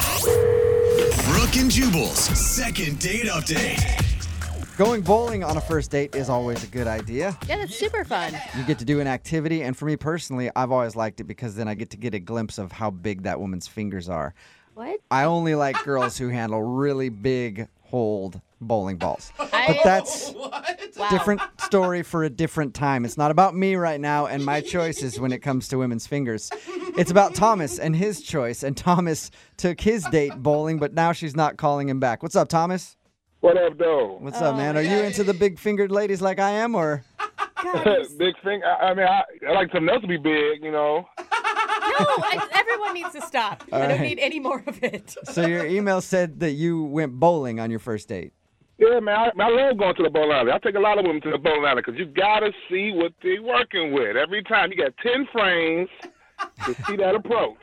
92.5. Brooke and Jubal's second date update. Going bowling on a first date is always a good idea. Yeah, that's super fun. You get to do an activity, and for me personally, I've always liked it because then I get to get a glimpse of how big that woman's fingers are. What? I only like girls who handle really big hold bowling balls. I, But that's wow. different story for a different time. It's not about me right now and my choices when it comes to women's fingers. It's about Thomas and his choice. And Thomas took his date bowling, but now she's not calling him back. What's up, Thomas? What up, though? What's up, man? Are you into the big fingered ladies like I am, or Guys, Big thing. I, I mean, I, I like something else to be big, you know. no, I, everyone needs to stop. I don't right. need any more of it. so? Your email said that you went bowling on your first date. Yeah, man. I, I love going to the bowling alley. I take a lot of women to the bowling alley because you gotta see what they working with every time. You got ten frames to see that approach.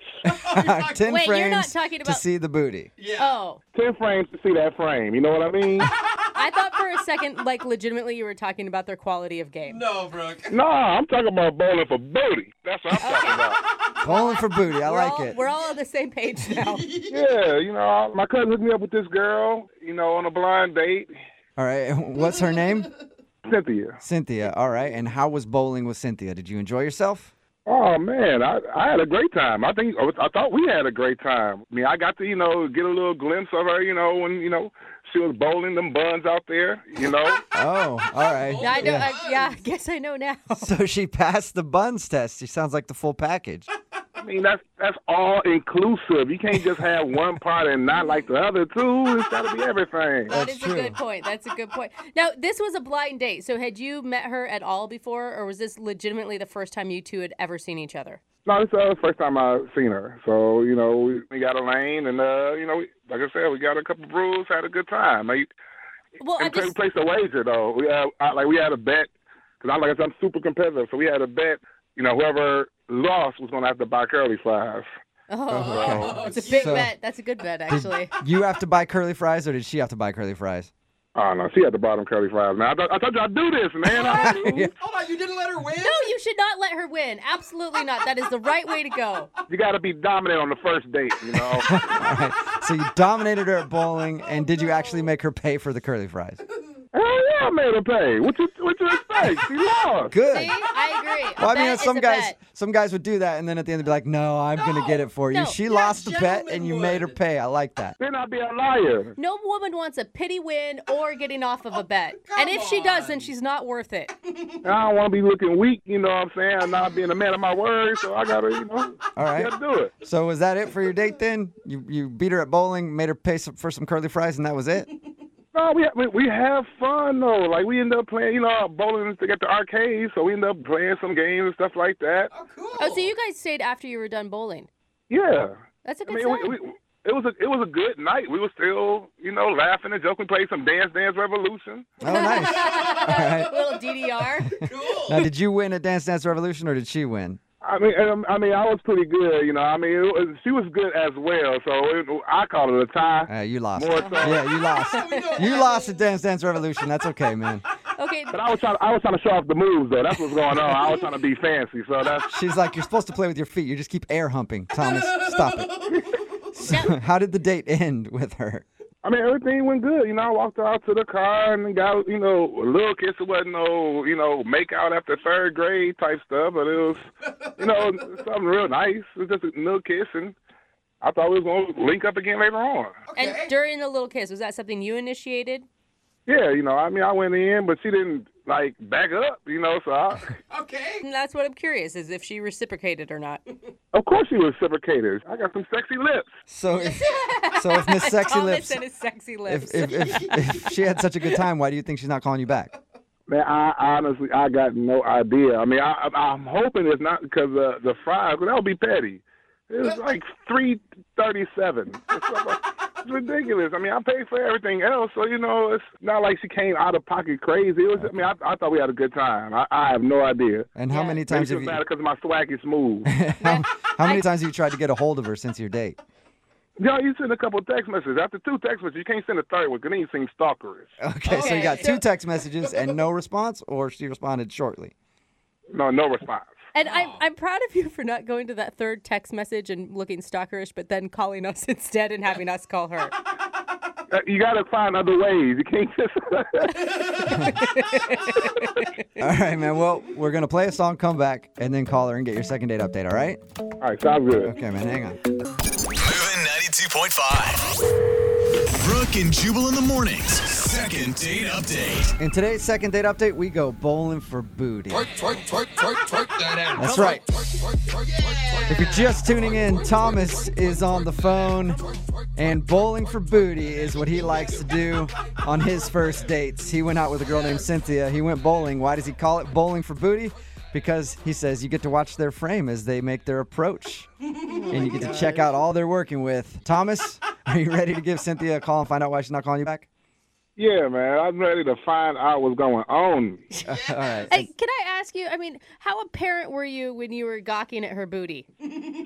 Ten Wait, frames you're not talking to about- see the booty. Oh, Ten frames to see that frame. You know what I mean? I thought for a second, like, legitimately, you were talking about their quality of game. No, Brooke. nah, I'm talking about bowling for booty. That's what I'm talking about. Bowling for booty. I we're like all, it. We're all on the same page now. Yeah, you know, my cousin hooked me up with this girl. You know, on a blind date. All right. What's her name? Cynthia. Cynthia. All right. And how was bowling with Cynthia? Did you enjoy yourself? Oh man, I I had a great time. I think I thought we had a great time. I mean, I got to you know get a little glimpse of her, you know, when you know she was bowling them buns out there, you know. Oh, all right. I know. Yeah. I, yeah, I guess I know now. So she passed the buns test. She sounds like the full package. I mean, that's that's all inclusive. You can't just have one part and not like the other two. It's got to be everything. That That's is true. a good point. That's a good point. Now, this was a blind date. So, had you met her at all before, or was this legitimately the first time you two had ever seen each other? No, this is the first time I've seen her, so you know we, we got a lane, and uh, you know, we, like I said, we got a couple brews, had a good time. I, Well, I and we just placed a wager though. We had, I, like we had a bet because I like I said, I'm super competitive, so we had a bet. You know, whoever lost was gonna have to buy curly fries. oh, Okay. it's a big So- bet. That's a good bet, actually. You have to buy curly fries, or did she have to buy curly fries? Oh no, she had the bottom curly fries. Man, I, thought I told you I'd do this, man. I don't do- Hold on, you didn't let her win? No, you should not let her win. Absolutely not. That is the right way to go. you got to be dominant on the first date, you know. All right. So you dominated her at bowling, and did you actually make her pay for the curly fries? Hell yeah, I made her pay. What you what you expect? She lost. Good. See, I agree. A Well, I mean, bet is some a guys bet. some guys would do that, and then at the end they'd be like, "No, I'm gonna get it for you." No. she Yeah, lost the bet, gentlemen and you made her would. pay. I like that. Then I'd be a liar. No woman wants a pity win or getting off Oh, of a bet. come and if she does, then on. she's not worth it. And I don't want to be looking weak, you know what I'm saying? I'm not being a man of my word, so I gotta, you know, All right. gotta do it. So was that it for your date then? You you beat her at bowling, made her pay some, for some curly fries, and that was it. No, we, we we have fun though. Like we end up playing, you know, bowling at the arcade, so we end up playing some games and stuff like that. Oh, cool. Oh, so you guys stayed after you were done bowling. Yeah, That's a I good mean, sign. we, we, it was a it was a good night. We were still, you know, laughing and joking. Played some Dance Dance Revolution. Oh, nice. A little DDR. cool. now, did you win at Dance Dance Revolution, or did she win? I mean, um, I mean, I was pretty good, you know. I mean, it was, she was good as well, so it, I call it a tie. Uh, you lost. More so. Yeah, you lost. You lost at Dance Dance Revolution. That's okay, man. Okay. But I was trying I was trying to show off the moves though. That's what's going on. I was trying to be fancy, so that's She's like, you're supposed to play with your feet. You just keep air humping. Thomas, stop it. So, how did the date end with her? I mean, everything went good. You know, I walked out to the car and got, you know, a little kiss. It wasn't no, you know, make out after third grade type stuff, but it was, you know, something real nice. It was just a little kiss, and I thought we was going to link up again later on. And during the little kiss, was that something you initiated? Yeah, you know, I mean, I went in, but she didn't, like, back up, you know, so I, Okay. And that's what I'm curious is if she reciprocated or not. of course she reciprocated. I got some sexy lips. So, if, so if Miss Sexy Thomas Lips, and his sexy lips. if, if, if, if she had such a good time, why do you think she's not calling you back? Man, I honestly, I got no idea. I mean, I, I- I'm hoping it's not because uh, the fries, 'cause that would be petty. It was like three thirty-seven. It's ridiculous. I mean, I paid for everything else, so you know, it's not like she came out of pocket crazy. It was. I mean, I, I thought we had a good time. I, I have no idea. And how Yeah. many Maybe times she have was you mad because of my swaggy smooth. how, how many times have you tried to get a hold of her since your date? Yo, you send a couple text messages. After two text messages, you can't send a third one because then you seem stalkerish. Okay, so you got Okay. two text messages and no response, or she responded shortly. No, no response. And I'm, I'm proud of you for not going to that third text message and looking stalkerish, but then calling us instead and having us call her. Uh, You got to find other ways. You can't just. All right, man. Well, we're gonna play a song, come back, and then call her and get your second date update. All right? All right, sounds good. Okay, man. Hang on. Moving 92.5. Brooke and Jubal in the mornings. Second date update. In today's second date update, we go bowling for booty. Twerk, twerk, twerk, twerk, twerk that ass. That's Come on. right. Twerk, twerk, twerk, twerk, twerk. If you're just tuning in, Thomas is on the phone, and bowling for booty is what he likes to do on his first dates. He went out with a girl named Cynthia. He went bowling. Why does he call it bowling for booty? Because he says you get to watch their frame as they make their approach, and you get to check out all they're working with. Thomas, are you ready to give Cynthia a call and find out why she's not calling you back? Yeah, man, I'm ready to find out what's going on. All right. Hey, can I ask you? I mean, how apparent were you when you were gawking at her booty?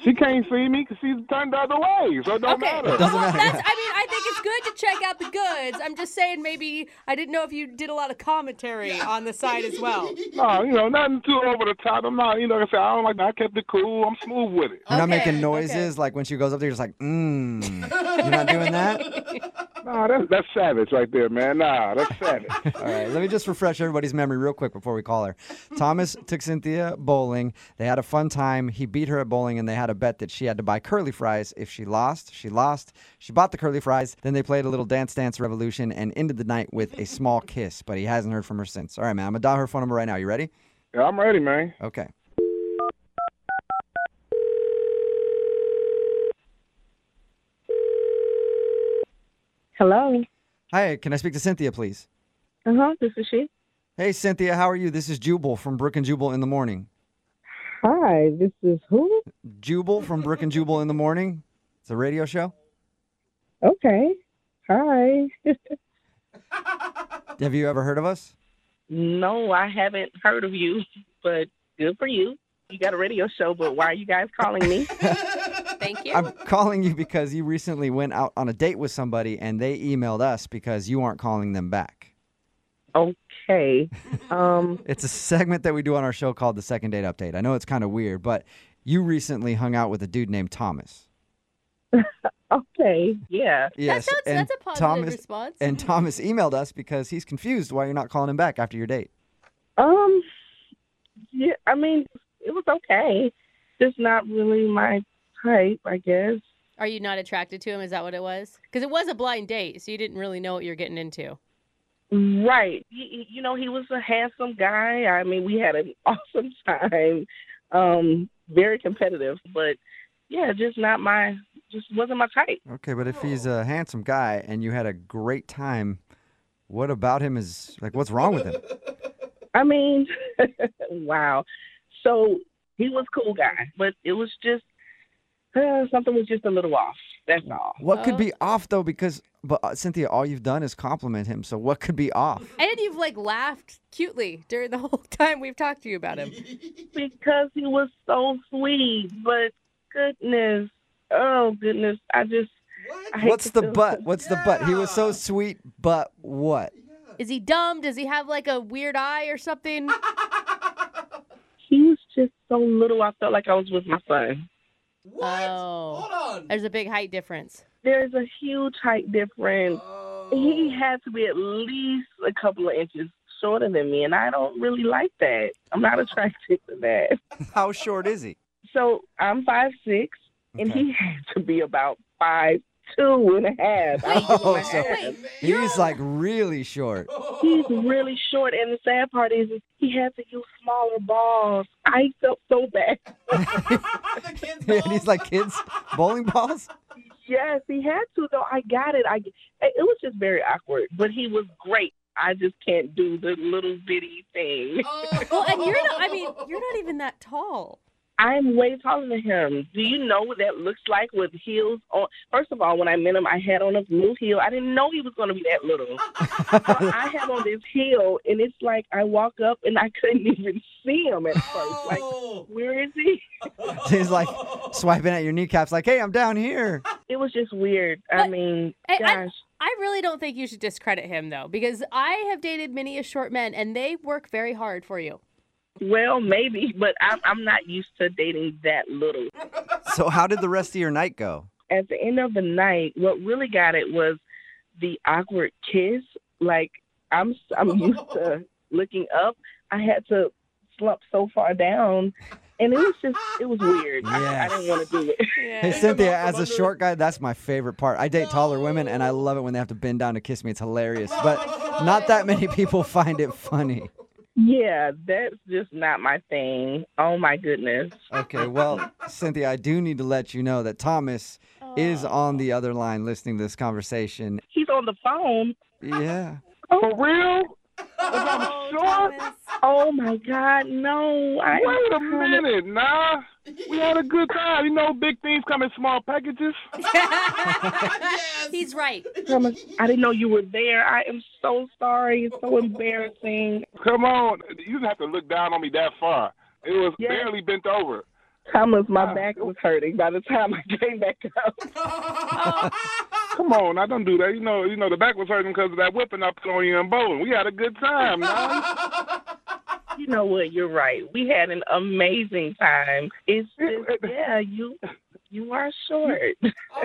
She can't see me because she's turned the other way, so it don't Okay. matter. doesn't well, matter. That's, I mean, I think it's good to check out the goods. I'm just saying, maybe I didn't know if you did a lot of commentary on the side as well. No, you know, nothing too over the top. I'm not, you know, like I said, I don't like that. I kept it cool. I'm smooth with it. You're not Okay, making okay. noises like when she goes up there, you're just like, mmm. You're not doing that? Nah, that's that's savage right there, man. Nah, that's savage. All right, let me just refresh everybody's memory real quick before we call her. Thomas took Cynthia bowling. They had a fun time. He beat her at bowling, and they had a bet that she had to buy curly fries. If she lost, she lost. She bought the curly fries. Then they played a little Dance Dance Revolution and ended the night with a small kiss, but he hasn't heard from her since. All right, man, I'm going to dial her phone number right now. You ready? Yeah, I'm ready, man. Okay. Hello. Hi, can I speak to Cynthia, please? Uh Uh-huh, huh. This is she. Hey, Cynthia, how are you? This is Jubal from Brook and Jubal in the Morning. Hi. This is who? Jubal from Brook and Jubal in the Morning. It's a radio show. Okay. Hi. Have you ever heard of us? No, I haven't heard of you, but good for you. You got a radio show, but why are you guys calling me? Thank you. I'm calling you because you recently went out on a date with somebody and they emailed us because you aren't calling them back. Okay. Um. It's a segment that we do on our show called the Second Date Update. I know it's kind of weird, but you recently hung out with a dude named Thomas. Okay. Yeah. Yes, that sounds, and that's a positive Thomas response. and Thomas emailed us because he's confused why you're not calling him back after your date. Um. Yeah, I mean, it was okay. Just not really my type, I guess. Are you not attracted to him? Is that what it was? Because it was a blind date, so you didn't really know what you're getting into. Right. He, he- you know, he was a handsome guy. I mean, we had an awesome time. Um, very competitive, but yeah, just not my just wasn't my type. Okay, but if Oh. he's a handsome guy and you had a great time, what about him is like what's wrong with him? I mean, wow. So he was a cool guy, but it was just uh, something was just a little off. That's all. What could Oh. be off though? Because but uh, Cynthia, all you've done is compliment him. So what could be off? And you've like laughed cutely during the whole time we've talked to you about him. Because he was so sweet, but goodness, oh goodness, I just. I hate What's to the feel- but? What's the but? He was so sweet, but what? Is he dumb? Does he have like a weird eye or something? He was just so little. I felt like I was with my son. What? Oh. Hold on. There's a big height difference. There's a huge height difference. Oh. He had to be at least a couple of inches shorter than me, and I don't really like that. I'm not attracted to that. How short is he? So I'm five six, and Okay. he had to be about five two and a half. I was Oh, like, so "Man, he's like really short. He's really short, and the sad part is is he had to use smaller balls. I felt so bad. The kids and know. he's like kids bowling balls. Yes, he had to though. I got it. I it was just very awkward, but he was great. I just can't do the little bitty thing. Oh. Well, and you're not, I mean, you're not even that tall. I'm way taller than him. Do you know what that looks like with heels on? First of all, when I met him, I had on a blue heel. I didn't know he was going to be that little. so I had on this heel, and it's like I walk up and I couldn't even see him at first. Like, Oh. where is he? he's like swiping at your kneecaps, like, "Hey, I'm down here." It was just weird. I But- mean, Hey, I, gosh. I really don't think you should discredit him though, because I have dated many a short men and they work very hard for you. Well, maybe, but I'm, I'm not used to dating that little. So how did the rest of your night go? At the end of the night, what really got it was the awkward kiss. Like I'm, I'm used to looking up. I had to slump so far down, and it was just, it was weird. I, I didn't want to do it. Hey Yeah. Cynthia, out as from a under short guy, that's my favorite part. I date taller women, and I love it when they have to bend down to kiss me. It's hilarious, but not that many people find it funny. Yeah, that's just not my thing. Oh my goodness. Okay, well, Cynthia, I do need to let you know that Thomas is on the other line listening to this conversation. He's on the phone. Yeah. For real? Oh, sure. Thomas. Oh my God, no! I Wait a minute, nah. We had a good time. You know, big things come in small packages. He's right. Thomas, I didn't know you were there. I am so sorry. It's so embarrassing. Come on, you didn't have to look down on me that far. It was Yeah. barely bent over. Thomas, my back was hurting by the time I came back up. Come on, I don't do that. You know, you know the back was hurting because of that whipping I put on you and bowling. We had a good time. Oh. nah. You know what? You're right. We had an amazing time. It's just, yeah, you you are short. I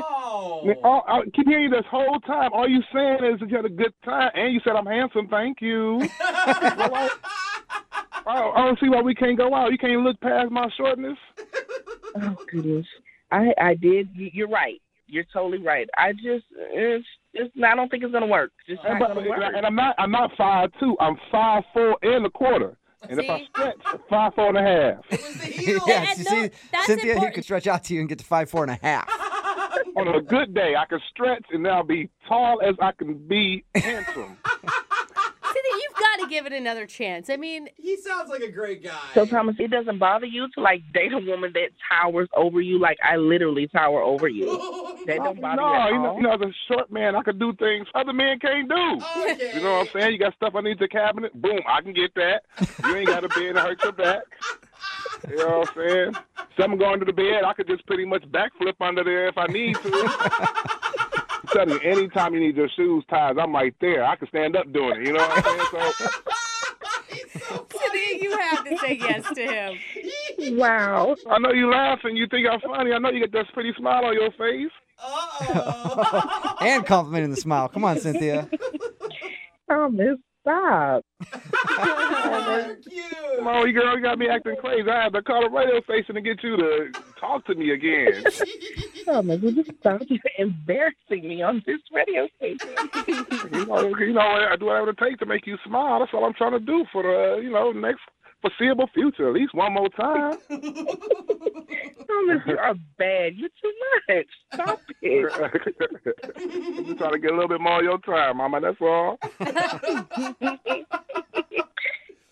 mean, all, I keep hearing you this whole time. All you saying is that you had a good time, and you said I'm handsome. Thank you. Well, I, I- I don't see why we can't go out. You can't look past my shortness. Oh goodness, I I did. you- You're right. You're totally right. I just it's just I don't think it's gonna work. It's just not But- gonna work. and I'm not. I'm not five two. I'm five four and a quarter. And if I See? stretch, five four and a half. It was the heel. Yes, and you no, see, that's Cynthia, you important. could stretch out to you and get to five, four and a half. On a good day, I can stretch, and I'll be tall as I can be handsome. Cynthia, you've got to give it another chance. I mean, He sounds like a great guy. So Thomas, it doesn't bother you to like date a woman that towers over you like I literally tower over you. That don't bother you no, at you know, all. you know, as a short man, I can do things other men can't do. Okay. You know what I'm saying? You got stuff underneath the cabinet. Boom, I can get that. You ain't got a bed to hurt your back. You know what I'm saying? Something going to the bed, I could just pretty much backflip under there if I need to. I'm telling you, anytime you need your shoes, ties, I'm right there. I can stand up doing it. You know what I'm saying? So Cynthia, you have to say yes to him. Wow. I know you laughing. You think I'm funny. I know you got this pretty smile on your face. Uh-oh. And complimenting the smile. Come on, Cynthia. Thomas, stop. Cute. Come on, you girl, you got me acting crazy. I had to call the radio station to get you to talk to me again. Thomas, would you stop? You're embarrassing me on this radio station. You know, you know, I do whatever it takes to make you smile. That's all I'm trying to do for the, you know, next foreseeable future, at least one more time. Thomas, you are bad. You're too much. Stop it. I'm just trying to get a little bit more of your time, Mama. That's all.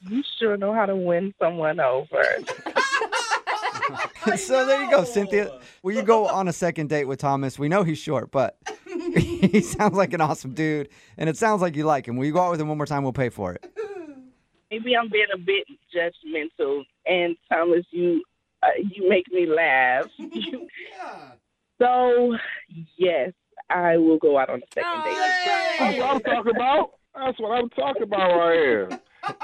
You sure know how to win someone over. so there you go, Cynthia. Will you go on a second date with Thomas? We know he's short, but he sounds like an awesome dude, and it sounds like you like him. Will you go out with him one more time? We'll pay for it. Maybe I'm being a bit judgmental. And Thomas, you uh, you make me laugh. You- Yeah. so yes, I will go out on a Oh, second date. That's what I'm talking about. That's what I'm talking about right here.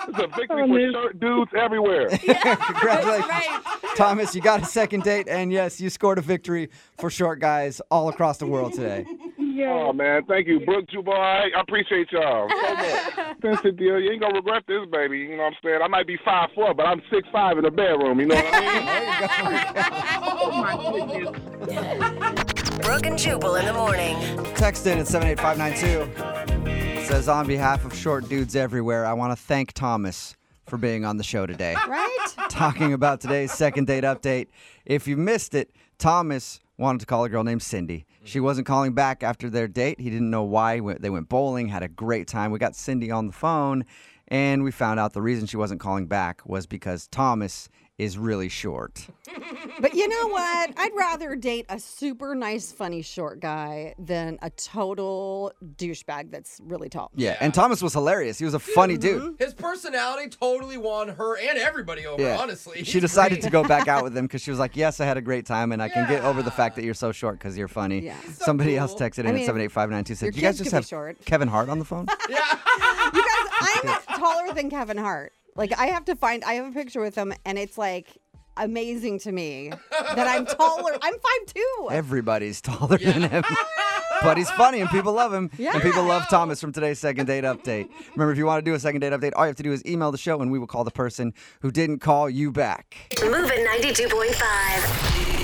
It's a victory for short dudes everywhere. Congratulations, Thomas. You got a second date, and yes, you scored a victory for short guys all across the world today. Yeah. Oh man, thank you, Brooke Jubai. I appreciate y'all. So much. Vincent Deal, you ain't gonna regret this, baby. You know what I'm saying? I might be five four, but I'm six five in the bedroom. You know what I mean? Brooke and Jubal in the morning. Text in at 78592. It says, on behalf of short dudes everywhere, I want to thank Thomas for being on the show today. Right? talking about today's second date update. If you missed it, Thomas wanted to call a girl named Cindy. She wasn't calling back after their date. He didn't know why. We- They went bowling, had a great time. We got Cindy on the phone, and we found out the reason she wasn't calling back was because Thomas is really short. But you know what? I'd rather date a super nice, funny, short guy than a total douchebag that's really tall. Yeah, and Thomas was hilarious. He was a funny dude. His personality totally won her and everybody over, Yeah. honestly. She decided to go back out with him because she was like, Yes, I had a great time, and I can get over the fact that you're so short because you're funny. Yeah. Somebody else texted in I at mean, 78592 said, your You guys just kids could be have short." Kevin Hart on the phone? Yeah. You guys, I'm taller than Kevin Hart. Like I have to find. I have a picture with him, and it's like amazing to me that I'm taller. I'm five two. Everybody's taller than him. But he's funny and people love him. Yeah. And people love Thomas from today's second date update. Remember, if you want to do a second date update, all you have to do is email the show and we will call the person who didn't call you back. Moving 92.5.